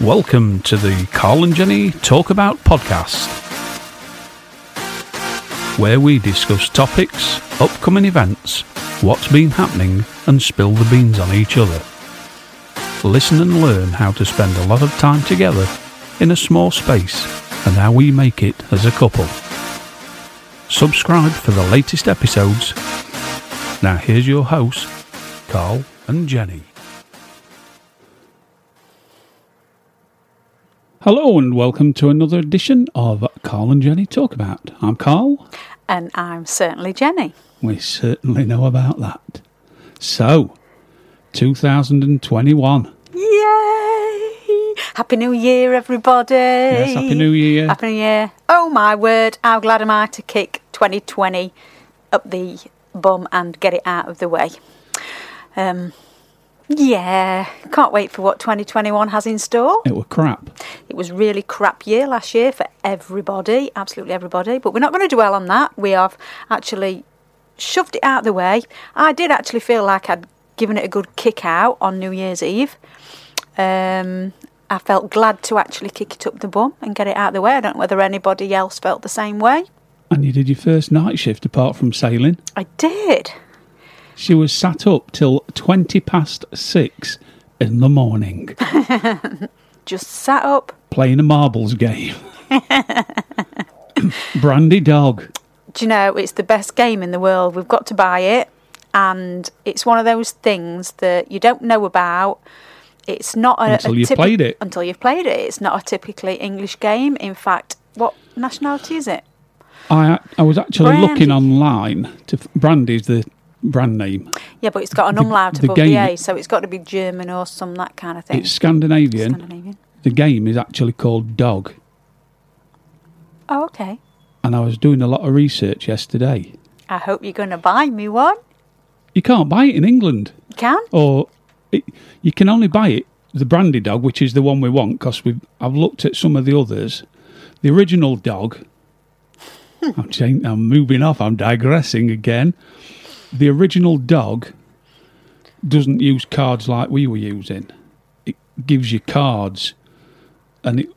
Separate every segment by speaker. Speaker 1: Welcome to the Carl and Jenny Talk About podcast, where we discuss topics, upcoming events, what's been happening, and spill the beans on each other. Listen and learn how to spend a lot of time together in a small space and how we make it as a couple. Subscribe for the latest episodes. Now, here's your hosts, Carl and Jenny. Hello and welcome to another edition of Carl and Jenny Talk About. I'm Carl.
Speaker 2: And I'm certainly Jenny.
Speaker 1: We certainly know about that. So, 2021.
Speaker 2: Yay! Happy New Year, everybody.
Speaker 1: Yes, Happy New Year.
Speaker 2: Happy New Year. Oh my word, how glad am I to kick 2020 up the bum and get it out of the way. Um, yeah, can't wait for what 2021 has in store.
Speaker 1: It were crap.
Speaker 2: It was really crap year last year for everybody, absolutely everybody. But we're not going to dwell on that. We have actually shoved it out of the way. I did actually feel like I'd given it a good kick out on New Year's Eve. Um, I felt glad to actually kick it up the bum and get it out of the way. I don't know whether anybody else felt the same way.
Speaker 1: And you did your first night shift apart from sailing.
Speaker 2: I did.
Speaker 1: She was sat up till 20 past six in the morning
Speaker 2: Just sat up.
Speaker 1: playing a marbles game. Brandy dog.
Speaker 2: Do you know, it's the best game in the world. We've got to buy it. And it's one of those things that you don't know about. It's not a,
Speaker 1: Until
Speaker 2: a
Speaker 1: you've
Speaker 2: typi-
Speaker 1: played it.
Speaker 2: Until you've played it. It's not a typically English game. In fact, what nationality is it?
Speaker 1: I I was actually
Speaker 2: Brandy.
Speaker 1: looking online to f- Brandy's the brand name.
Speaker 2: Yeah, but it's got an umlaut
Speaker 1: the
Speaker 2: above
Speaker 1: game-
Speaker 2: the A, so it's got to be German or some that kind of thing.
Speaker 1: It's Scandinavian.
Speaker 2: Scandinavian.
Speaker 1: The game is actually called Dog.
Speaker 2: Oh, okay.
Speaker 1: And I was doing a lot of research yesterday.
Speaker 2: I hope you're going to buy me one.
Speaker 1: You can't buy it in England,
Speaker 2: You can?
Speaker 1: or it, you can only buy it the brandy dog, which is the one we want. Because we I've looked at some of the others. The original dog. I'm chang- I'm moving off. I'm digressing again. The original dog doesn't use cards like we were using. It gives you cards, and it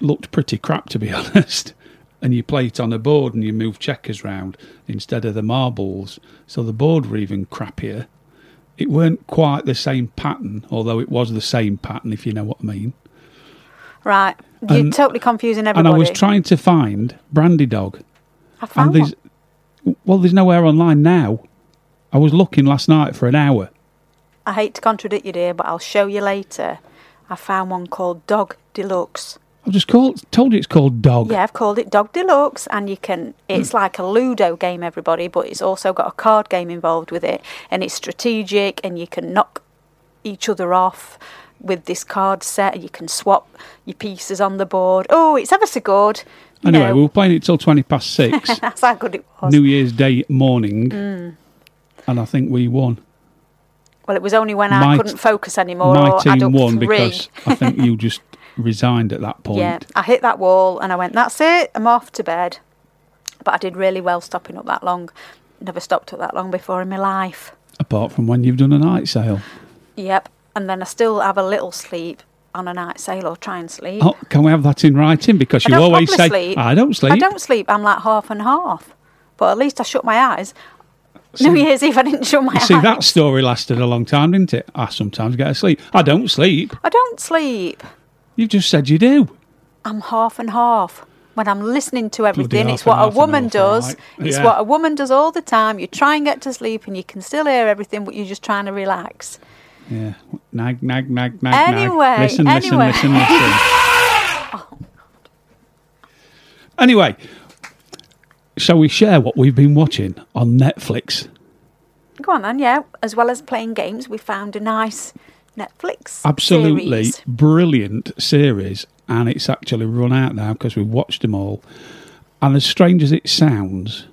Speaker 1: looked pretty crap to be honest. And you play it on a board, and you move checkers round instead of the marbles. So the board were even crappier it weren't quite the same pattern, although it was the same pattern, if you know what I mean.
Speaker 2: Right. You're
Speaker 1: And-
Speaker 2: totally confusing
Speaker 1: And
Speaker 2: everybody. Oh.
Speaker 1: I was trying to find Brandy Dog,
Speaker 2: I
Speaker 1: and
Speaker 2: found
Speaker 1: there's
Speaker 2: one.
Speaker 1: well, there's nowhere online now. I was looking last night for an hour.
Speaker 2: I hate to contradict you, dear, but I'll show you later. I found one called Dog Deluxe.
Speaker 1: I've just called, told you it's called Dog.
Speaker 2: Yeah, I've called it Dog Deluxe, and you can.
Speaker 1: Hmm.
Speaker 2: It's like a Ludo game, everybody, but it's also got a card game involved with it, and it's strategic, and you can knock each other off with this card set, and you can swap your pieces on the board. Oh, it's ever so good. You
Speaker 1: anyway,
Speaker 2: know,
Speaker 1: we were playing it till twenty past six,
Speaker 2: that's Mm. how good it was.
Speaker 1: New Year's Day morning, and I think we won.
Speaker 2: well, it was only when
Speaker 1: My
Speaker 2: I
Speaker 1: t-
Speaker 2: couldn't focus anymore.
Speaker 1: My
Speaker 2: or I'd
Speaker 1: team
Speaker 2: up
Speaker 1: won
Speaker 2: Oh, three.
Speaker 1: because I think you just resigned at that point.
Speaker 2: Yeah, I hit that wall and I went, that's it, I'm off to bed. But I did really well stopping up that long. Never stopped up that long before in my life.
Speaker 1: Apart from when you've done a night sale.
Speaker 2: Yep. And then I still have a little sleep on a night sale or try and sleep.
Speaker 1: Oh, can we have that in writing? Because
Speaker 2: I
Speaker 1: you
Speaker 2: don't
Speaker 1: always say
Speaker 2: properly sleep.
Speaker 1: I don't sleep.
Speaker 2: I don't sleep. I'm like half and half. But at least I shut my eyes. New Year's Eve, I didn't shut my
Speaker 1: You
Speaker 2: eyes.
Speaker 1: see, that story lasted a long time, didn't it? I sometimes get asleep. I don't sleep.
Speaker 2: I don't sleep.
Speaker 1: You've just said you do.
Speaker 2: I'm half and half. When I'm listening to everything,
Speaker 1: half
Speaker 2: it's what
Speaker 1: and
Speaker 2: a
Speaker 1: half and
Speaker 2: woman
Speaker 1: half,
Speaker 2: does.
Speaker 1: right.
Speaker 2: It's
Speaker 1: Yeah.
Speaker 2: what a woman does all the time. You try and get to sleep and you can still hear everything, but you're just trying to relax.
Speaker 1: Yeah. Nag, nag, nag, nag,
Speaker 2: Anyway,
Speaker 1: nag. Listen,
Speaker 2: anyway.
Speaker 1: listen, listen, listen. anyway, shall we share what we've been watching on Netflix?
Speaker 2: Go on then, yeah. As well as playing games, we found a nice Netflix
Speaker 1: Absolutely
Speaker 2: series.
Speaker 1: brilliant series, and it's actually run out now because we've watched them all. And as strange as it sounds,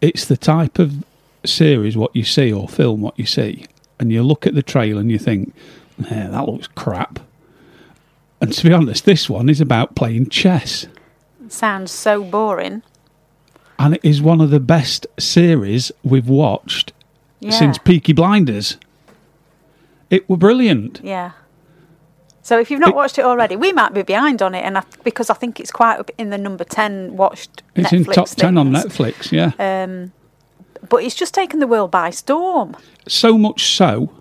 Speaker 1: it's the type of series what you see or film what you see, and you look at the trailer and you think, eh, that looks crap. And to be honest, this one is about playing chess,
Speaker 2: Sounds so boring.
Speaker 1: and it is one of the best series we've watched
Speaker 2: Yeah.
Speaker 1: since Peaky Blinders. It were brilliant.
Speaker 2: yeah. So if you've not watched it already, we might be behind on it, and I, because I think it's quite up in the number ten watched.
Speaker 1: It's
Speaker 2: Netflix
Speaker 1: in top 10 on
Speaker 2: things.
Speaker 1: Netflix, yeah.
Speaker 2: Um, but it's just taken the world by storm.
Speaker 1: so much so,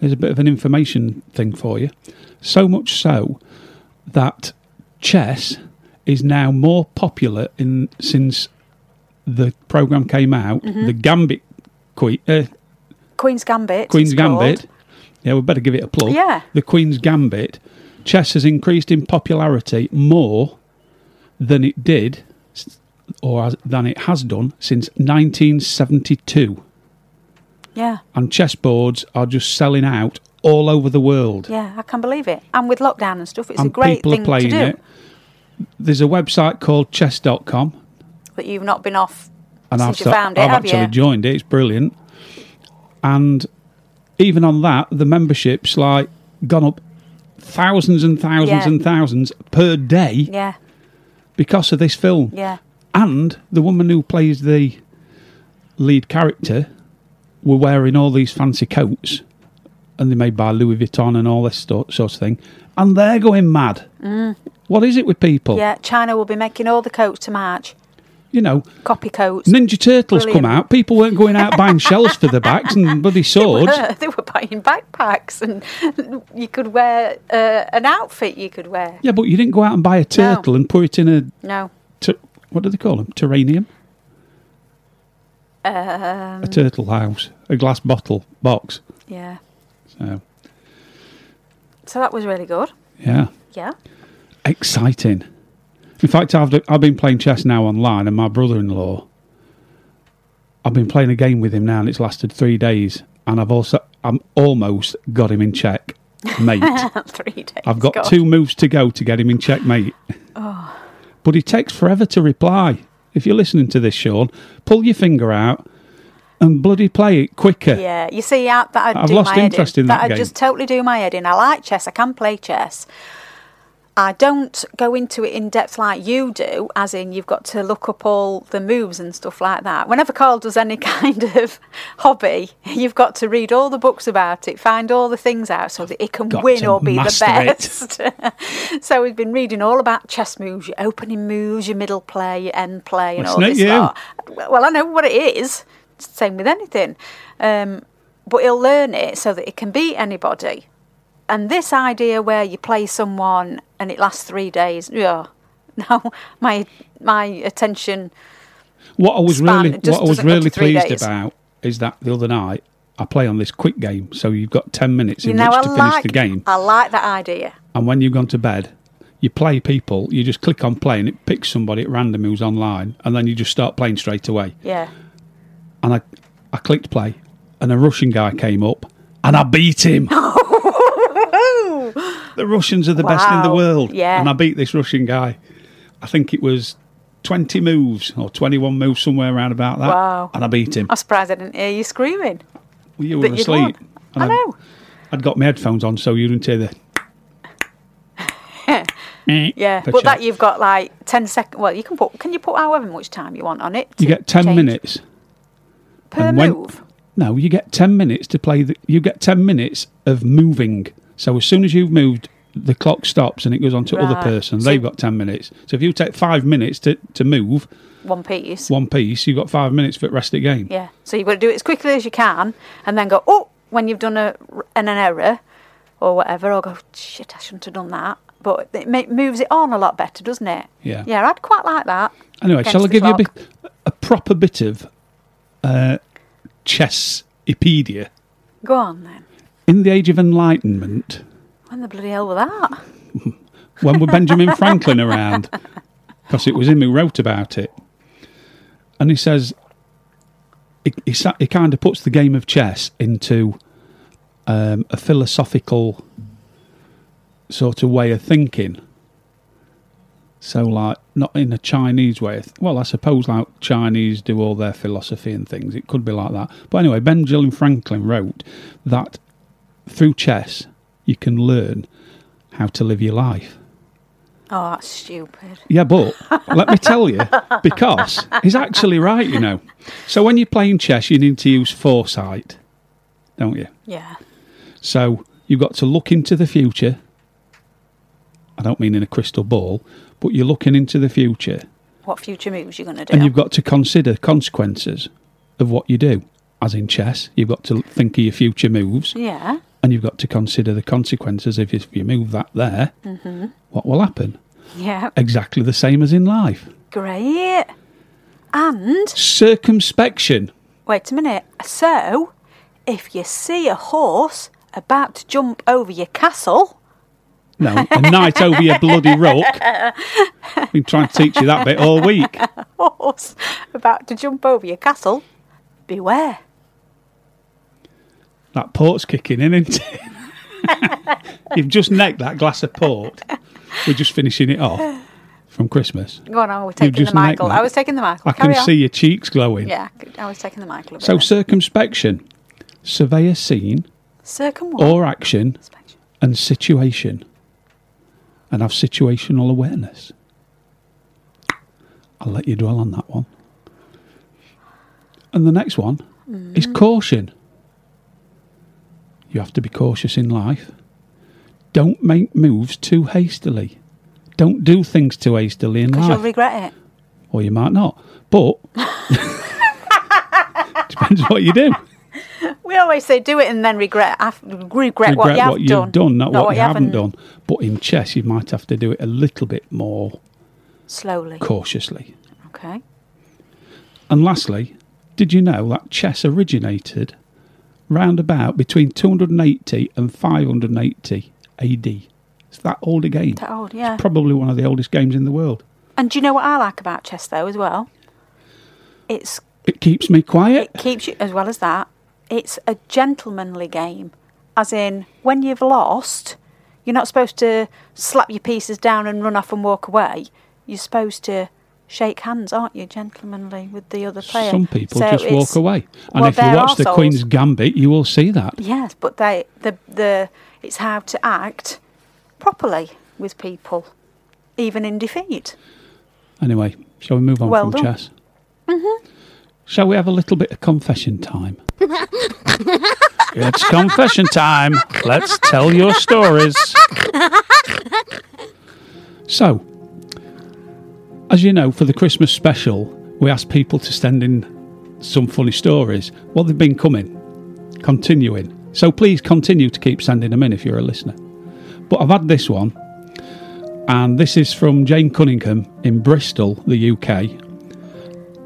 Speaker 1: there's a bit of an information thing for you. So much so that chess is now more popular in since the program came out.
Speaker 2: Mm-hmm.
Speaker 1: The Gambit Queen, uh,
Speaker 2: Queen's Gambit.
Speaker 1: Queen's
Speaker 2: it's called.
Speaker 1: Gambit. Yeah, we better give it a plug.
Speaker 2: Yeah.
Speaker 1: The Queen's Gambit. Chess has increased in popularity more than it did, s- or as- than it has done since 1972
Speaker 2: Yeah,
Speaker 1: and chessboards are just selling out all over the world.
Speaker 2: yeah, I can believe it. And with lockdown and stuff, it's
Speaker 1: and
Speaker 2: a great
Speaker 1: people
Speaker 2: thing
Speaker 1: are playing
Speaker 2: to do.
Speaker 1: it. There's a website called chess.com
Speaker 2: But you've not been off
Speaker 1: and I've,
Speaker 2: since you
Speaker 1: sta-
Speaker 2: found it,
Speaker 1: I've
Speaker 2: have
Speaker 1: actually
Speaker 2: you?
Speaker 1: joined it. It's brilliant. And even on that, the membership's like gone up thousands and thousands
Speaker 2: Yeah.
Speaker 1: and thousands per day
Speaker 2: yeah,
Speaker 1: because of this film.
Speaker 2: yeah.
Speaker 1: And the woman who plays the lead character were wearing all these fancy coats, and they're made by Louis Vuitton and all this sto- sort of thing. And they're going mad. What is it with people?
Speaker 2: Mm. Yeah, China will be making all the coats to March.
Speaker 1: You know,
Speaker 2: Copy coats.
Speaker 1: Ninja Turtles
Speaker 2: Brilliant.
Speaker 1: come out. People weren't going out buying shells for their backs and bloody swords.
Speaker 2: they were buying backpacks, and you could wear uh, an outfit. You could wear
Speaker 1: Yeah, but you didn't go out and buy a turtle and put it in a
Speaker 2: no.
Speaker 1: ter- what do they call them? Terranium.
Speaker 2: Um.
Speaker 1: a turtle house, a glass bottle box.
Speaker 2: uh, Yeah,
Speaker 1: So
Speaker 2: so that was really good.
Speaker 1: yeah.
Speaker 2: Yeah,
Speaker 1: exciting. In fact, I've I've been playing chess now online, and my brother-in-law. I've been playing a game with him now, and it's lasted three days. And I've also I'm almost got him in check, mate.
Speaker 2: three days.
Speaker 1: I've got
Speaker 2: gone.
Speaker 1: two moves to go to get him in check, mate. But he takes forever to reply. If you're listening to this, Sean, pull your finger out and bloody play it quicker.
Speaker 2: Yeah, you see, I, that I'd
Speaker 1: I've
Speaker 2: do
Speaker 1: lost
Speaker 2: my
Speaker 1: interest
Speaker 2: head
Speaker 1: in that
Speaker 2: I
Speaker 1: game.
Speaker 2: just totally do my head in. I like chess. I can play chess. I don't go into it in depth like you do, as in you've got to look up all the moves and stuff like that. Whenever Carl does any kind of hobby, you've got to read all the books about it, find all the things out so that it can
Speaker 1: Got
Speaker 2: win
Speaker 1: to
Speaker 2: or be the
Speaker 1: master it.
Speaker 2: best. so we've been reading all about chess moves, your opening moves, your middle play, your end play, and
Speaker 1: Well,
Speaker 2: all
Speaker 1: it's
Speaker 2: this
Speaker 1: not you.
Speaker 2: lot. Well, I know what it is. It's the same with anything. Um, but he'll learn it so that it can beat anybody. And this idea where you play someone and it lasts three days, yeah. No, my my attention.
Speaker 1: What I was
Speaker 2: span.
Speaker 1: really,
Speaker 2: It just
Speaker 1: what I was
Speaker 2: doesn't go to
Speaker 1: really
Speaker 2: three
Speaker 1: pleased
Speaker 2: days.
Speaker 1: about is that the other night I play on this quick game, so you've got ten minutes
Speaker 2: You
Speaker 1: in
Speaker 2: know,
Speaker 1: which
Speaker 2: I
Speaker 1: to finish
Speaker 2: like
Speaker 1: the game,
Speaker 2: I like that idea.
Speaker 1: and when you've gone to bed, you play people. You just click on play, and it picks somebody at random who's online, and then you just start playing straight away.
Speaker 2: Yeah,
Speaker 1: And I, I clicked play, and a Russian guy came up, and I beat him. the Russians are the best in the
Speaker 2: Wow.
Speaker 1: world,
Speaker 2: Yeah.
Speaker 1: and I beat this Russian guy. I think it was. 20 moves or 21 moves somewhere around about that
Speaker 2: Wow.
Speaker 1: and I beat him
Speaker 2: I'm surprised I didn't hear you screaming.
Speaker 1: Well, you
Speaker 2: that
Speaker 1: were
Speaker 2: you'd
Speaker 1: asleep.
Speaker 2: won.
Speaker 1: and
Speaker 2: I
Speaker 1: I'd-
Speaker 2: know.
Speaker 1: I'd got my headphones on, so you didn't hear the. Eh,
Speaker 2: Yeah,
Speaker 1: the
Speaker 2: but
Speaker 1: chat.
Speaker 2: that you've got like ten second. Well, you can put. Can you put however much time you want on it?
Speaker 1: you
Speaker 2: to
Speaker 1: get ten
Speaker 2: change
Speaker 1: minutes
Speaker 2: per
Speaker 1: when-
Speaker 2: move.
Speaker 1: No, you get ten minutes to play. The, you get ten minutes of moving. So as soon as you've moved, the clock stops and it goes on to other
Speaker 2: Right.
Speaker 1: person.
Speaker 2: So-
Speaker 1: They've got ten minutes. So if you take five minutes to, to move
Speaker 2: One piece.
Speaker 1: one piece, you've got five minutes for the rest of the game.
Speaker 2: Yeah. So you've got to do it as quickly as you can, and then go. Oh, when you've done a r- an, an error, or whatever, or go. Shit, I shouldn't have done that. But it ma- moves it on a lot better, doesn't it?
Speaker 1: Yeah.
Speaker 2: Yeah, I'd quite like that.
Speaker 1: Anyway,
Speaker 2: Against
Speaker 1: shall I
Speaker 2: the
Speaker 1: give you a
Speaker 2: clock.
Speaker 1: bit a proper bit of uh, chessipedia?
Speaker 2: Go on then.
Speaker 1: In the age of enlightenment.
Speaker 2: When the bloody hell was that?
Speaker 1: when were Benjamin Franklin around? Because it was him who wrote about it. And he says he, he, sa- he kind of puts the game of chess into um, a philosophical sort of way of thinking. So, like, not in a Chinese way. of th- Well, I suppose like Chinese do all their philosophy and things. It could be like that. But anyway, Benjamin Franklin wrote that through chess you can learn how to live your life.
Speaker 2: Oh, that's stupid.
Speaker 1: Yeah, but let me tell you, because he's actually right, you know. So when you're playing chess, you need to use foresight, don't you?
Speaker 2: Yeah.
Speaker 1: So you've got to look into the future I don't mean in a crystal ball, but you're looking into the future
Speaker 2: What future moves you're going to do?
Speaker 1: and you've got to consider consequences of what you do. As in chess, you've got to think of your future moves
Speaker 2: yeah.
Speaker 1: and you've got to consider the consequences. If you, if you move that there, what will happen?
Speaker 2: Yeah.
Speaker 1: Exactly the same as in life.
Speaker 2: Great. And
Speaker 1: Circumspection.
Speaker 2: wait a minute. So, if you see a horse about to jump over your castle,
Speaker 1: No, a night over your bloody rock. I've been trying to teach you that bit all week.
Speaker 2: horse about to jump over your castle, beware.
Speaker 1: That port's kicking in, isn't it? You've just necked that glass of port. We're just finishing it off from Christmas.
Speaker 2: Go on, I was taking
Speaker 1: just
Speaker 2: the Michael.
Speaker 1: make that.
Speaker 2: I was taking the Michael.
Speaker 1: I
Speaker 2: Carry
Speaker 1: can
Speaker 2: on.
Speaker 1: see your cheeks glowing.
Speaker 2: Yeah, I could- I was taking the Michael. A bit
Speaker 1: So
Speaker 2: then.
Speaker 1: circumspection, survey a scene
Speaker 2: circum what?
Speaker 1: or action and situation, and have situational awareness. I'll let you dwell on that one. And the next one is caution. You have to be cautious in life. Don't make moves too hastily. Don't do things too hastily in
Speaker 2: Because
Speaker 1: life
Speaker 2: you'll regret it.
Speaker 1: or you might not. But depends what you do.
Speaker 2: We always say do it and then regret af- regret,
Speaker 1: Regret
Speaker 2: what you have
Speaker 1: you've
Speaker 2: done,
Speaker 1: done, not, what, you haven't done. But in chess, you might have to do it a little bit more
Speaker 2: Slowly.
Speaker 1: cautiously.
Speaker 2: Okay.
Speaker 1: And lastly, did you know that chess originated round about between 280 and 580 AD? It's that old a game.
Speaker 2: That old, oh, yeah.
Speaker 1: Probably one of the oldest games in the world.
Speaker 2: And do you know what I like about chess though as well? It's
Speaker 1: It keeps me quiet.
Speaker 2: it keeps you as well as that. It's a gentlemanly game, as in when you've lost, you're not supposed to slap your pieces down and run off and walk away. You're supposed to shake hands, aren't you, gentlemanly with the other player?
Speaker 1: Some people
Speaker 2: So
Speaker 1: just
Speaker 2: it's-
Speaker 1: walk away. And
Speaker 2: well,
Speaker 1: if you
Speaker 2: they're
Speaker 1: watch the
Speaker 2: arseholes.
Speaker 1: Queen's Gambit, you will see that.
Speaker 2: Yes, but they the the it's how to act properly with people, even in defeat.
Speaker 1: Anyway, shall we move on
Speaker 2: Well
Speaker 1: from
Speaker 2: done.
Speaker 1: chess? Mm-hmm. Shall we have a little bit of confession time? it's confession time. Let's tell your stories. So, as you know, for the Christmas special, we asked people to send in some funny stories. Well, they've been coming, continuing. So please continue to keep sending them in if you're a listener. But I've had this one and this is from Jane Cunningham in Bristol, the UK.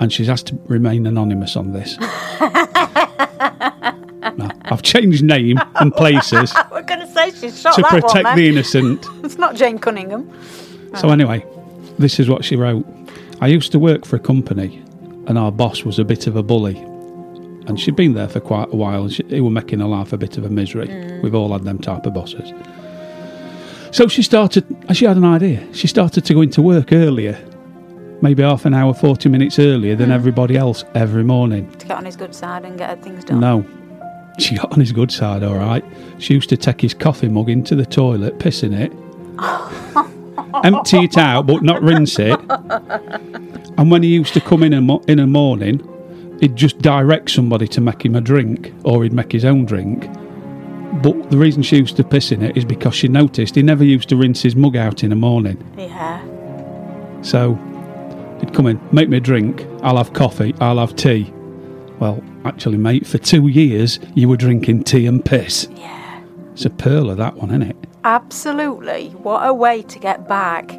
Speaker 1: And she's asked to remain anonymous on this. No, I've changed name and places
Speaker 2: We're going to say she's shot
Speaker 1: to
Speaker 2: Oh, that
Speaker 1: protect
Speaker 2: one.
Speaker 1: the
Speaker 2: Then.
Speaker 1: innocent.
Speaker 2: It's not Jane Cunningham.
Speaker 1: So, anyway, this is what she wrote I used to work for a company, and our boss was a bit of a bully. And she'd been there for quite a while, and she, he were making her life a bit of a misery. We've all had them type of bosses. So she started, uh, she had an idea. She started to go into work earlier, maybe half an hour, 40 minutes earlier than everybody else every morning.
Speaker 2: To get on his good side and get things done.
Speaker 1: No. She got on his good side, all right. She used to take his coffee mug into the toilet, piss in it, empty it out, but not rinse it. And when he used to come in a mo- in the morning, he'd just direct somebody to make him a drink, or he'd make his own drink. But the reason she used to piss in it is because she noticed he never used to rinse his mug out in the morning.
Speaker 2: Yeah.
Speaker 1: So he'd come in, make me a drink, I'll have coffee, I'll have tea. Well, actually, mate, for two years you were drinking tea and piss.
Speaker 2: Yeah.
Speaker 1: It's a pearl of that one, isn't it?
Speaker 2: Absolutely. What a way to get back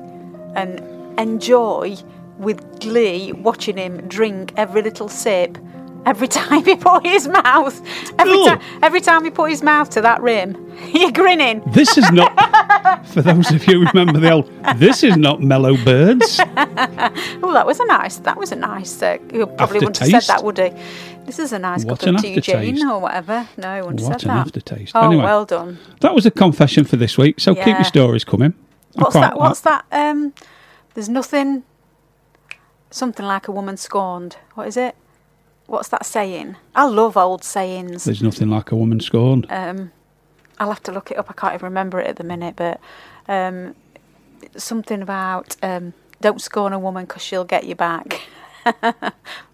Speaker 2: and enjoy with glee watching him drink every little sip. Every time he put his mouth, every,
Speaker 1: Ooh.
Speaker 2: time, every time he put his mouth to that rim, you're grinning.
Speaker 1: This is not, for those of you who remember the old, this is not Mellow Birds.
Speaker 2: Oh, that was a nice. That was a nice. Uh, you probably wouldn't have
Speaker 1: Aftertaste.
Speaker 2: said that, would he? This is a nice
Speaker 1: What
Speaker 2: cup of
Speaker 1: an
Speaker 2: tea, Jane,
Speaker 1: aftertaste.
Speaker 2: or whatever. No, he wouldn't have
Speaker 1: What
Speaker 2: said
Speaker 1: an
Speaker 2: that.
Speaker 1: aftertaste.
Speaker 2: Oh,
Speaker 1: Anyway.
Speaker 2: well done.
Speaker 1: That was a confession for this week, so keep
Speaker 2: Yeah.
Speaker 1: your stories coming. I
Speaker 2: What's
Speaker 1: quite
Speaker 2: that?
Speaker 1: like-
Speaker 2: What's that? Um, there's nothing. Something like a woman scorned. What is it? What's that saying? I love old sayings.
Speaker 1: There's nothing like a woman scorned.
Speaker 2: Um, I'll have to look it up. I can't even remember it at the minute, but um, something about um, don't scorn a woman because she'll get you back.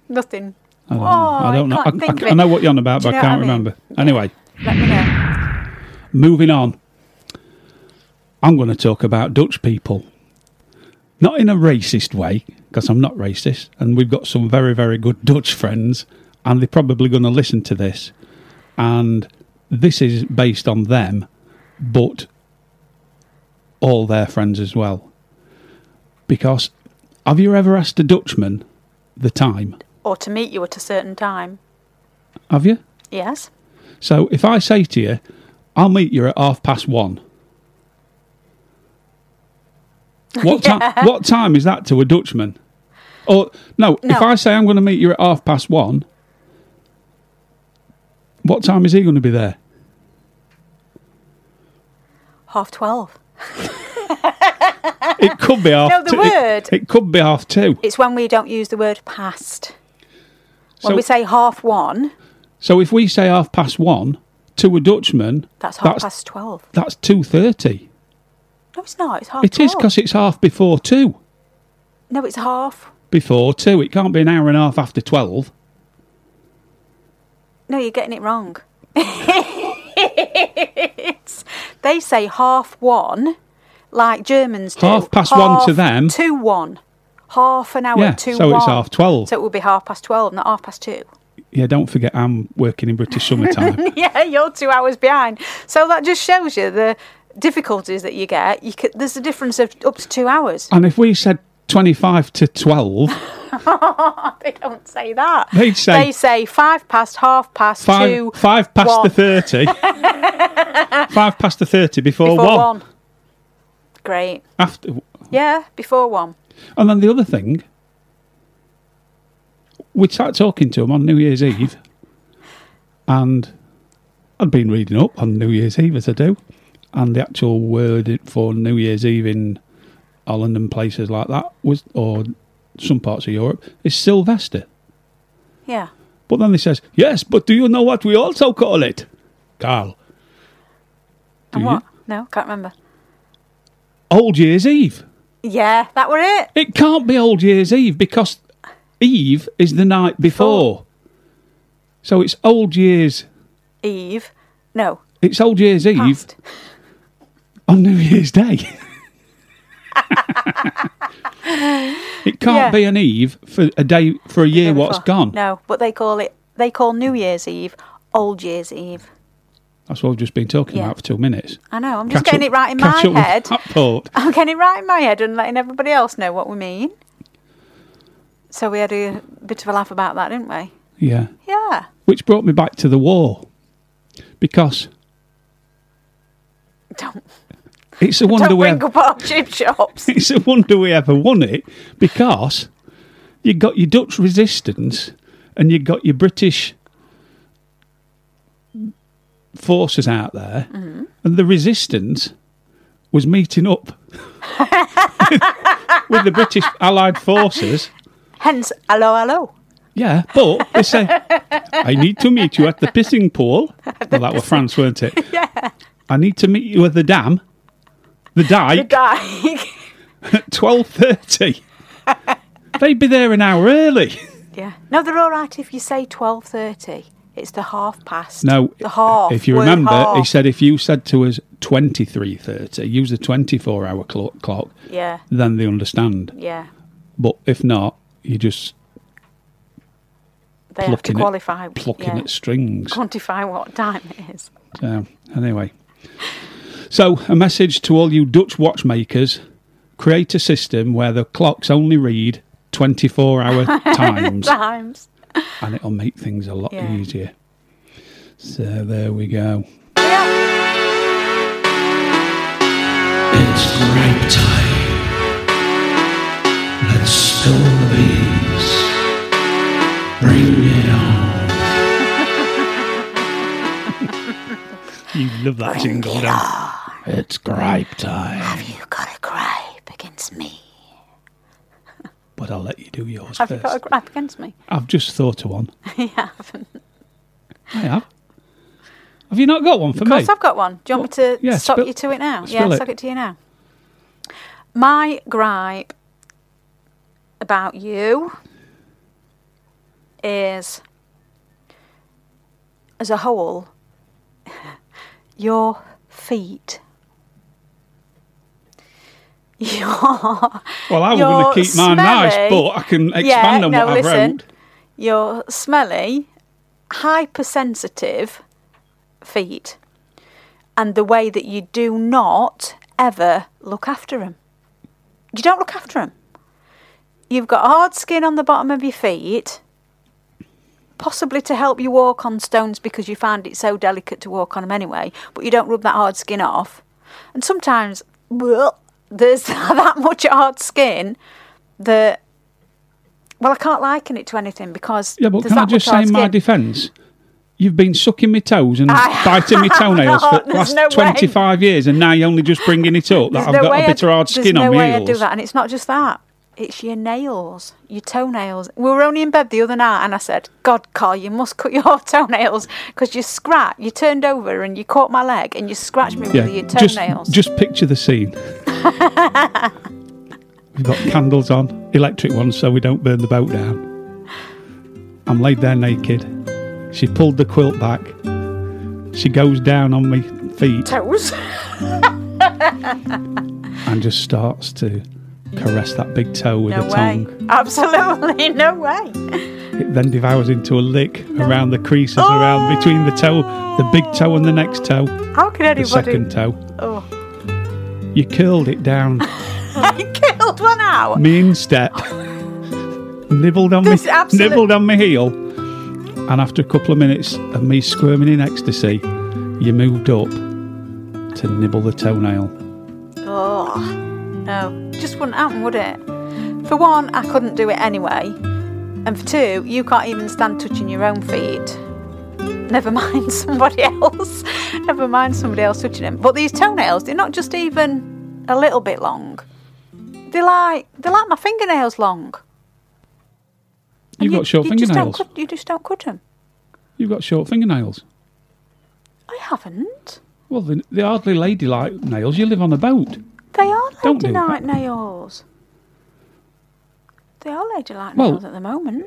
Speaker 2: Nothing.
Speaker 1: I don't know.
Speaker 2: oh,
Speaker 1: I don't know.
Speaker 2: can't
Speaker 1: I,
Speaker 2: think
Speaker 1: I-
Speaker 2: of it.
Speaker 1: I know what you're on about,
Speaker 2: Do
Speaker 1: but
Speaker 2: you
Speaker 1: I
Speaker 2: know what
Speaker 1: can't
Speaker 2: I mean?
Speaker 1: remember. Anyway,
Speaker 2: Let me know.
Speaker 1: moving on. I'm going to talk about Dutch people. Not in a racist way, because I'm not racist, and we've got some very, very good Dutch friends, and they're probably going to listen to this. And this is based on them, but all their friends as well. Because have you ever asked a Dutchman the time?
Speaker 2: Or to meet you at a certain time.
Speaker 1: Have you?
Speaker 2: Yes.
Speaker 1: So if I say to you, I'll meet you at half past one. What time? What time is that to a Dutchman? Or no, if
Speaker 2: No.
Speaker 1: I say I'm going to meet you at half past one, what time is he going to be there?
Speaker 2: Half 12.
Speaker 1: It could be half.
Speaker 2: No, the
Speaker 1: two,
Speaker 2: word.
Speaker 1: It, it could be half two.
Speaker 2: It's when we don't use the word past. When
Speaker 1: So-
Speaker 2: we say half one,
Speaker 1: So if we say half past one to a Dutchman,
Speaker 2: that's half
Speaker 1: that's
Speaker 2: past 12.
Speaker 1: that's two thirty.
Speaker 2: No, it's not. It's half
Speaker 1: It
Speaker 2: 12.
Speaker 1: is because it's half before two.
Speaker 2: No, it's half.
Speaker 1: Before two, it can't be an hour and a half after twelve.
Speaker 2: No, you're getting it wrong. It's- they say half one, like Germans do.
Speaker 1: Half past one to them.
Speaker 2: To one. Half an hour
Speaker 1: Yeah,
Speaker 2: to
Speaker 1: so
Speaker 2: one.
Speaker 1: it's half 12.
Speaker 2: So it will be half past 12, not half past two.
Speaker 1: Yeah, don't forget I'm working in British summertime.
Speaker 2: yeah, you're two hours behind. So that just shows you the difficulties that you get. You could, there's a difference of up to two hours.
Speaker 1: and if we said twenty-five to twelve.
Speaker 2: They don't say that.
Speaker 1: They'd say-
Speaker 2: they say five past, half past,
Speaker 1: five,
Speaker 2: two,
Speaker 1: five past
Speaker 2: one.
Speaker 1: the 30 five past the 30 before,
Speaker 2: before
Speaker 1: one,
Speaker 2: one. Great.
Speaker 1: after
Speaker 2: Yeah, before one.
Speaker 1: and then the other thing we'd start talking to him on new year's eve and i'd been reading up on new year's eve as i do and the actual word for new year's eve in holland and places like that was or some parts of europe is sylvester
Speaker 2: Yeah.
Speaker 1: But then he says, Yes, but do you know what we also call it? Carl. Do
Speaker 2: And
Speaker 1: you?
Speaker 2: what? No, can't remember.
Speaker 1: Old Year's Eve.
Speaker 2: Yeah, that were it.
Speaker 1: It can't be Old Year's Eve because Eve is the night before. So it's Old Year's
Speaker 2: Eve. No.
Speaker 1: it's Old Year's Eve
Speaker 2: Past.
Speaker 1: on New Year's Day. it can't
Speaker 2: Yeah.
Speaker 1: be an Eve for a day for a year
Speaker 2: Before.
Speaker 1: what's gone.
Speaker 2: No, but they call it, they call New Year's Eve Old Year's Eve.
Speaker 1: That's what I've just been talking
Speaker 2: Yeah.
Speaker 1: about for two minutes.
Speaker 2: I know, I'm just
Speaker 1: Catch
Speaker 2: getting
Speaker 1: up-
Speaker 2: it right in
Speaker 1: catch
Speaker 2: my
Speaker 1: up with
Speaker 2: head.
Speaker 1: that thought.
Speaker 2: I'm getting it right in my head and letting everybody else know what we mean. So we had a bit of a laugh about that, didn't we?
Speaker 1: Yeah.
Speaker 2: Yeah.
Speaker 1: which brought me back to the war because
Speaker 2: Don't,
Speaker 1: it's a wonder
Speaker 2: don't
Speaker 1: we
Speaker 2: bring
Speaker 1: ever,
Speaker 2: up our chip shops.
Speaker 1: it's a wonder we ever won it because you got your Dutch resistance and you got your British forces out there,
Speaker 2: Mm-hmm.
Speaker 1: and the resistance was meeting up with the British Allied forces.
Speaker 2: Hence, hello, hello.
Speaker 1: Yeah, but they say, I need to meet you at the pissing pool. Well, that was France, weren't it? Yeah. I need to meet you at the dam, the
Speaker 2: The
Speaker 1: dike,
Speaker 2: guy.
Speaker 1: at 12.30. They'd be there an hour early.
Speaker 2: yeah. No, they're all right if you say 12.30. It's the half past.
Speaker 1: No,
Speaker 2: The half.
Speaker 1: if you
Speaker 2: word
Speaker 1: remember, he
Speaker 2: half.
Speaker 1: said if you said to us 23.30, use the 24-hour clock, clock,
Speaker 2: Yeah,
Speaker 1: then they understand.
Speaker 2: yeah.
Speaker 1: But if not, you're just
Speaker 2: They have to
Speaker 1: Plucking it-
Speaker 2: qualify.
Speaker 1: plucking
Speaker 2: yeah.
Speaker 1: at strings.
Speaker 2: Quantify what time it is.
Speaker 1: Um, anyway, so a message to all you Dutch watchmakers: create a system where the clocks only read twenty-four hour times,
Speaker 2: Times.
Speaker 1: and it'll make things a lot
Speaker 2: Yeah.
Speaker 1: easier. So there we go.
Speaker 2: Yeah.
Speaker 3: It's grape time. Let's spill the beans. Bring it on.
Speaker 1: You love that jingle, don't you?
Speaker 3: It's grape time.
Speaker 2: Have you got a gripe against me?
Speaker 1: but I'll let you do yours
Speaker 2: Have
Speaker 1: first.
Speaker 2: you got a gripe against me?
Speaker 1: I've just thought of one. yeah, I have. Have you not got one for
Speaker 2: Of course,
Speaker 1: me?
Speaker 2: I've got one. Do you want me to
Speaker 1: Yeah,
Speaker 2: sock
Speaker 1: spill-
Speaker 2: you to it now?
Speaker 1: spill
Speaker 2: yeah,
Speaker 1: it.
Speaker 2: sock it to you now. My gripe about you is, as a whole, your feet. You're,
Speaker 1: Well, I was
Speaker 2: You're
Speaker 1: going to keep mine nice,
Speaker 2: smelly.
Speaker 1: but I can expand
Speaker 2: yeah,
Speaker 1: on
Speaker 2: no,
Speaker 1: what I
Speaker 2: listen.
Speaker 1: wrote.
Speaker 2: You're smelly, hypersensitive feet, and the way that you do not ever look after them. You don't look after them. You've got hard skin on the bottom of your feet, possibly to help you walk on stones because you find it so delicate to walk on them anyway, but you don't rub that hard skin off. And sometimes bleh, there's that much hard skin that, well, I can't liken it to anything because.
Speaker 1: Yeah, but
Speaker 2: there's
Speaker 1: can I
Speaker 2: that
Speaker 1: just
Speaker 2: much
Speaker 1: say
Speaker 2: hard
Speaker 1: in my
Speaker 2: skin.
Speaker 1: defence? You've been sucking my toes and biting my toenails
Speaker 2: not.
Speaker 1: for the
Speaker 2: There's
Speaker 1: last
Speaker 2: no way.
Speaker 1: 25 years, and now you're only just bringing it up that
Speaker 2: There's
Speaker 1: I've
Speaker 2: no
Speaker 1: got
Speaker 2: way
Speaker 1: a bit of
Speaker 2: I'd-
Speaker 1: hard
Speaker 2: there's
Speaker 1: skin on
Speaker 2: no
Speaker 1: my
Speaker 2: way I'd do
Speaker 1: heels.
Speaker 2: that, and it's not just that. It's your nails, your toenails. We were only in bed the other night, and I said, "God, Carl, you must cut your toenails because you scratch. You turned over and you caught my leg, and you scratched me with your
Speaker 1: just,
Speaker 2: toenails."
Speaker 1: just picture the scene. We've got candles on, electric ones, so we don't burn the boat down. I'm laid there naked. She pulled the quilt back. She goes down on my feet
Speaker 2: toes.
Speaker 1: and just starts to caress that big toe with
Speaker 2: No
Speaker 1: her
Speaker 2: way.
Speaker 1: tongue.
Speaker 2: Absolutely no way.
Speaker 1: It then devours into a lick around the creases around between the toe, the big toe and the next toe, the
Speaker 2: How can anybody?
Speaker 1: second toe.
Speaker 2: Oh,
Speaker 1: You curled it down,
Speaker 2: I killed one out.
Speaker 1: mean step, nibbled on me,
Speaker 2: This absolute-
Speaker 1: nibbled on my heel, and after a couple of minutes of me squirming in ecstasy, you moved up to nibble the toenail.
Speaker 2: Oh, no. Just wouldn't happen, would it? For one, I couldn't do it anyway. And for two, you can't even stand touching your own feet. Never mind somebody else. Never mind somebody else touching them. But these toenails, they're not just even a little bit long. They're like they're like my fingernails long. And
Speaker 1: You've
Speaker 2: you-
Speaker 1: got short
Speaker 2: you Just don't
Speaker 1: fingernails.
Speaker 2: cut, you just don't cut them.
Speaker 1: You've got short fingernails.
Speaker 2: I haven't.
Speaker 1: Well, they- they're hardly ladylike nails. You live on a boat.
Speaker 2: They are
Speaker 1: Don't do
Speaker 2: lady night
Speaker 1: that.
Speaker 2: nails. They are lady like
Speaker 1: Well-
Speaker 2: nails at the moment.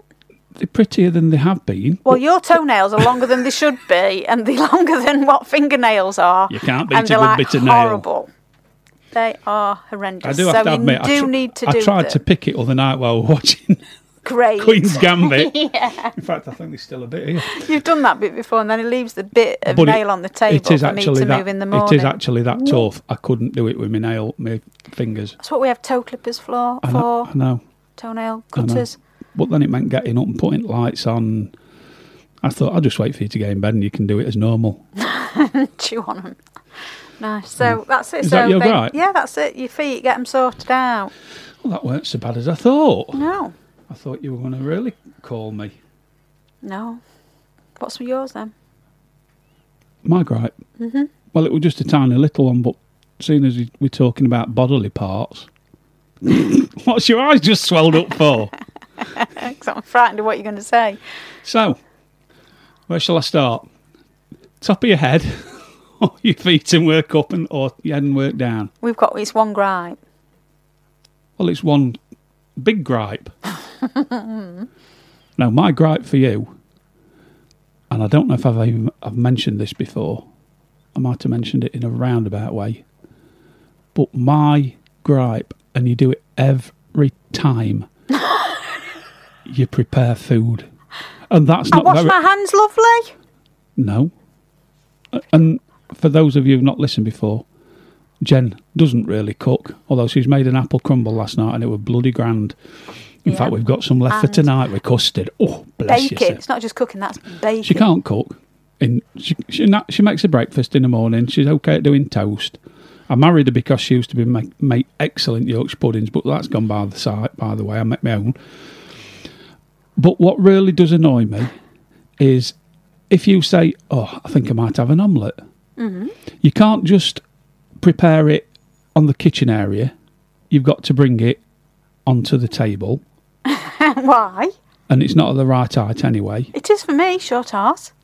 Speaker 1: They're prettier than they have been.
Speaker 2: Well, your toenails are longer than they should be, and they're longer than what fingernails are.
Speaker 1: You can't beat
Speaker 2: and
Speaker 1: a
Speaker 2: they're
Speaker 1: good
Speaker 2: like
Speaker 1: bit of nail.
Speaker 2: horrible. They are horrendous.
Speaker 1: I do have
Speaker 2: so
Speaker 1: to admit,
Speaker 2: you do
Speaker 1: I, tr-
Speaker 2: need to
Speaker 1: I
Speaker 2: do
Speaker 1: tried
Speaker 2: them.
Speaker 1: to pick it other night while watching
Speaker 2: Great.
Speaker 1: Queen's Gambit. In fact, I think there's still a bit here.
Speaker 2: You've done that bit before, and then he leaves the bit of
Speaker 1: But it-
Speaker 2: nail on the table
Speaker 1: it is
Speaker 2: for me to
Speaker 1: actually that,
Speaker 2: move in the
Speaker 1: It
Speaker 2: morning.
Speaker 1: is actually that tough. I couldn't do it with my nail, my fingers.
Speaker 2: That's what we have toe clippers for.
Speaker 1: I know,
Speaker 2: for
Speaker 1: I know.
Speaker 2: toenail
Speaker 1: I know.
Speaker 2: cutters.
Speaker 1: But then it meant getting up and putting lights on. I thought I'll just wait for you to get in bed and you can do it as normal.
Speaker 2: Chew on them. Nice. So that's
Speaker 1: Mm.
Speaker 2: it.
Speaker 1: Is
Speaker 2: so
Speaker 1: that your
Speaker 2: they-
Speaker 1: right?
Speaker 2: Yeah, that's it. Your feet get them sorted out.
Speaker 1: Well, that weren't so bad as I thought.
Speaker 2: No,
Speaker 1: I thought you were going to really call me.
Speaker 2: no. What's with yours then?
Speaker 1: My gripe. Mm-hmm. Well, it was just a tiny little one, but seeing as we- we're talking about bodily parts, what's your eyes just swelled up for?
Speaker 2: Because I'm frightened of what you're going to say.
Speaker 1: So, where shall I start? Top of your head, or your feet and work up, and or your head and work down.
Speaker 2: We've got it's one gripe.
Speaker 1: Well, it's one big gripe. now, my gripe for you, and I don't know if I've even I've mentioned this before. I might have mentioned it in a roundabout way, but my gripe, and you do it every time. you prepare food, and that's
Speaker 2: I
Speaker 1: not
Speaker 2: wash
Speaker 1: very
Speaker 2: my hands lovely.
Speaker 1: no. A- And for those of you who've not listened before, Jen doesn't really cook, although she's made an apple crumble last night and it was bloody grand. In
Speaker 2: Yeah.
Speaker 1: fact, we've got some left for
Speaker 2: And-
Speaker 1: tonight with custard. Oh, bless you.
Speaker 2: Baking. It's not just cooking. That's baking.
Speaker 1: She can't cook. In she she, na- she makes a breakfast in the morning. She's okay at doing toast. I married her because she used to be make, make excellent Yorkshire puddings, but that's gone by the side. By the way, I make my own. But what really does annoy me is if you say, "Oh, I think I might have an omelette
Speaker 2: Mm-hmm.
Speaker 1: you can't just prepare it on the kitchen area. You've got to bring it onto the table,
Speaker 2: Why?
Speaker 1: and it's not at the right height anyway.
Speaker 2: It is for me. Short ass.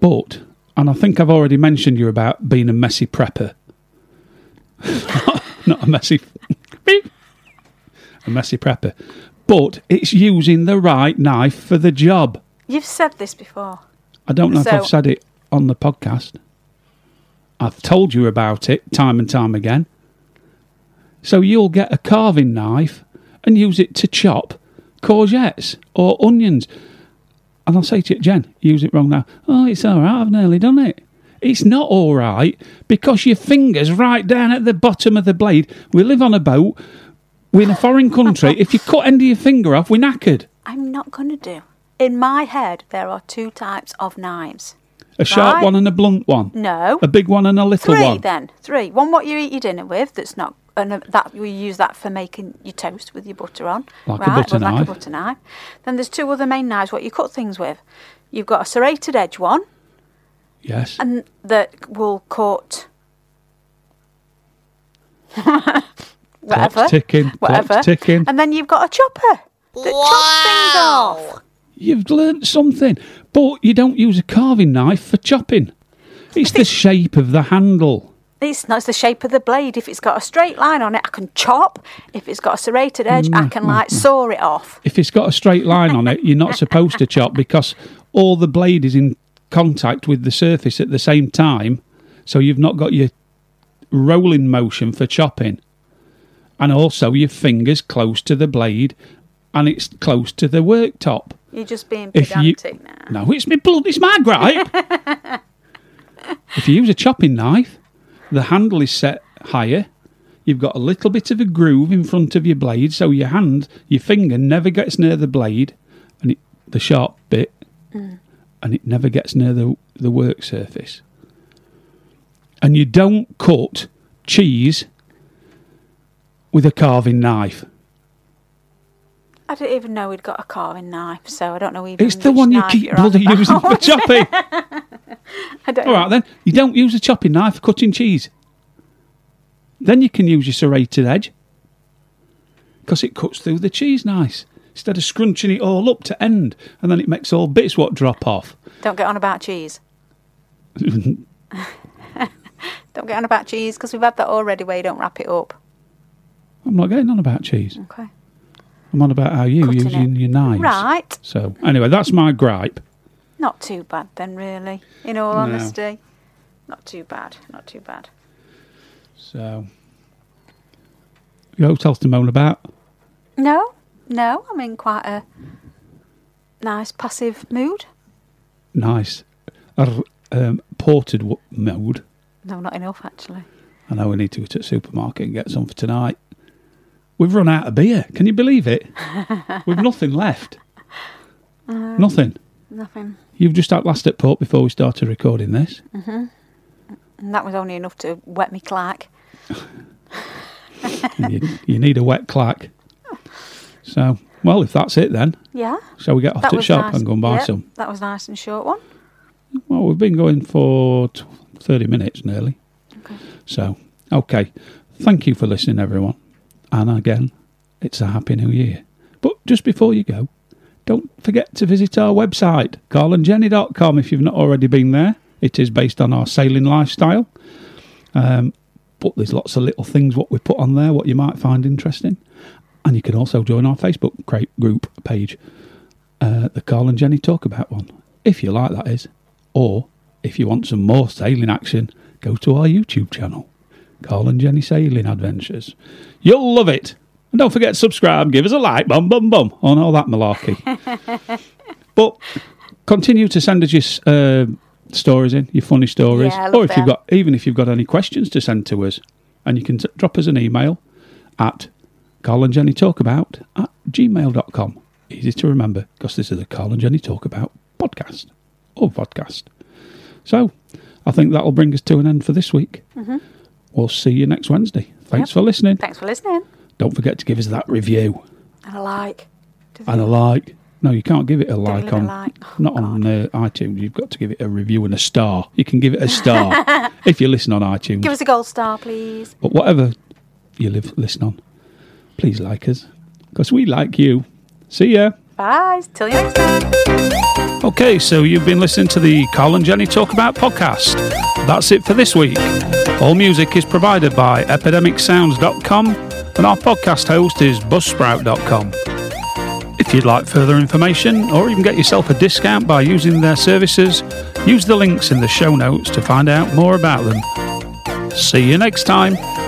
Speaker 1: But, and I think I've already mentioned you about being a messy prepper. Not a messy. Beep. a messy prepper. But it's using the right knife for the job.
Speaker 2: You've said this before.
Speaker 1: I don't know
Speaker 2: So-
Speaker 1: if I've said it on the podcast. I've told you about it time and time again. So you'll get a carving knife and use it to chop courgettes or onions. And I'll say to you, Jen, use it wrong now. Oh, it's all right. I've nearly done it. It's not all right because your finger's right down at the bottom of the blade. We live on a boat. We're in a foreign country. if you cut end of your finger off, we're knackered.
Speaker 2: I'm not going to do. In my head, there are two types of knives.
Speaker 1: A sharp
Speaker 2: Right.
Speaker 1: one and a blunt one.
Speaker 2: No.
Speaker 1: A big one and a little
Speaker 2: Three
Speaker 1: one.
Speaker 2: then. Three. One what you eat your dinner with. That's not. And uh, that we use that for making your toast with your butter on,
Speaker 1: Like a
Speaker 2: right?
Speaker 1: butter
Speaker 2: well, Like
Speaker 1: knife.
Speaker 2: a butter knife. Then there's two other main knives. What you cut things with. You've got a serrated edge one,
Speaker 1: Yes.
Speaker 2: and that will cut
Speaker 1: Clock's
Speaker 2: whatever,
Speaker 1: ticking, clock's
Speaker 2: whatever.
Speaker 1: ticking.
Speaker 2: And then you've got a chopper that chops things off.
Speaker 1: You've learnt something, but you don't use a carving knife for chopping. It's the shape of the handle.
Speaker 2: It's not it's the shape of the blade. If it's got a straight line on it, I can chop. If it's got a serrated edge, I can
Speaker 1: Mm-hmm.
Speaker 2: like saw it off.
Speaker 1: If it's got a straight line on it, you're not supposed to chop because all the blade is in contact with the surface at the same time, so you've not got your rolling motion for chopping. And also, your fingers close to the blade and it's close to the worktop.
Speaker 2: You're just being
Speaker 1: If you-
Speaker 2: pedantic now.
Speaker 1: No, it's my blood. It's my gripe. if you use a chopping knife, the handle is set higher. You've got a little bit of a groove in front of your blade, so your hand, your finger, never gets near the blade, and it, the sharp bit,
Speaker 2: Mm.
Speaker 1: and it never gets near the the work surface. And you don't cut cheese with a carving knife.
Speaker 2: I didn't even know we'd got a carving knife, so I don't know even.
Speaker 1: It's the
Speaker 2: which
Speaker 1: one you
Speaker 2: knife
Speaker 1: keep
Speaker 2: you're on
Speaker 1: bloody
Speaker 2: about.
Speaker 1: using for chopping.
Speaker 2: I don't
Speaker 1: All right then, you don't use a chopping knife for cutting cheese. Then you can use your serrated edge because it cuts through the cheese nice instead of scrunching it all up to end and then it makes all bits what drop off.
Speaker 2: Don't get on about cheese. Don't get on about cheese because we've had that already. Where you don't wrap it up.
Speaker 1: I'm not getting on about cheese.
Speaker 2: Okay.
Speaker 1: I'm on about how you
Speaker 2: Cutting
Speaker 1: using
Speaker 2: it.
Speaker 1: your knives.
Speaker 2: Right.
Speaker 1: So anyway, that's my gripe.
Speaker 2: Not too bad then, really. In all
Speaker 1: No.
Speaker 2: honesty, not too bad. Not too bad.
Speaker 1: So you got else to moan about?
Speaker 2: No, no. I'm in quite a nice passive mood.
Speaker 1: Nice. Er, Um, ported w- mode.
Speaker 2: No, not enough actually.
Speaker 1: I know we need to go to the supermarket and get some for tonight. We've run out of beer. Can you believe it? We've nothing left.
Speaker 2: Um,
Speaker 1: nothing.
Speaker 2: Nothing.
Speaker 1: You've just outlasted port before we started recording this.
Speaker 2: And that was only enough to wet me clack.
Speaker 1: And you, you need a wet clack. So, well, if that's it then,
Speaker 2: Yeah.
Speaker 1: shall we get off
Speaker 2: That
Speaker 1: to the
Speaker 2: was
Speaker 1: shop
Speaker 2: nice.
Speaker 1: and go and buy
Speaker 2: Yep,
Speaker 1: some?
Speaker 2: That was nice and short one.
Speaker 1: Well, we've been going for t- 30 minutes nearly. So, okay. Thank you for listening, everyone. And again, it's a Happy New Year. But just before you go, don't forget to visit our website, carlandjenny.com, if you've not already been there. It is based on our sailing lifestyle. Um, but there's lots of little things what we put on there, what you might find interesting. And you can also join our Facebook cra- group page, uh, the Carl and Jenny Talk About one, if you like that is. Or if you want some more sailing action, go to our YouTube channel, Carl and Jenny Sailing Adventures. You'll love it. And don't forget to subscribe, give us a like, bum bum bum, on all that malarkey. but continue to send us your s- uh, stories in, your funny stories,
Speaker 2: Yeah, I love
Speaker 1: or if you've
Speaker 2: them.
Speaker 1: got, even if you've got any questions to send to us, and you can t- drop us an email at Carl and Jenny Talk About at gmail.com. Easy to remember because this is the Carl and Jenny Talk About podcast or podcast. So I think that'll bring us to an end for this week. We'll see you next Wednesday. Thanks
Speaker 2: Mm-hmm. Yep.
Speaker 1: for listening.
Speaker 2: Thanks for listening.
Speaker 1: Don't forget to give us that review
Speaker 2: And a like. Do they-
Speaker 1: and a like. No, you can't give it a like
Speaker 2: Mm. give it a
Speaker 1: on
Speaker 2: like. Oh,
Speaker 1: not on uh, iTunes. You've got to give it a review and a star. You can give it a star if you listen on iTunes.
Speaker 2: Give us a gold star, please.
Speaker 1: But whatever you live listen on, please like us because we like you. See ya.
Speaker 2: Bye. Till you next time.
Speaker 1: Okay, so you've been listening to the Carl and Jenny Talk About podcast. That's it for this week. All music is provided by epidemicsounds.com and our podcast host is buzzsprout.com. If you'd like further information or even get yourself a discount by using their services, use the links in the show notes to find out more about them. See you next time.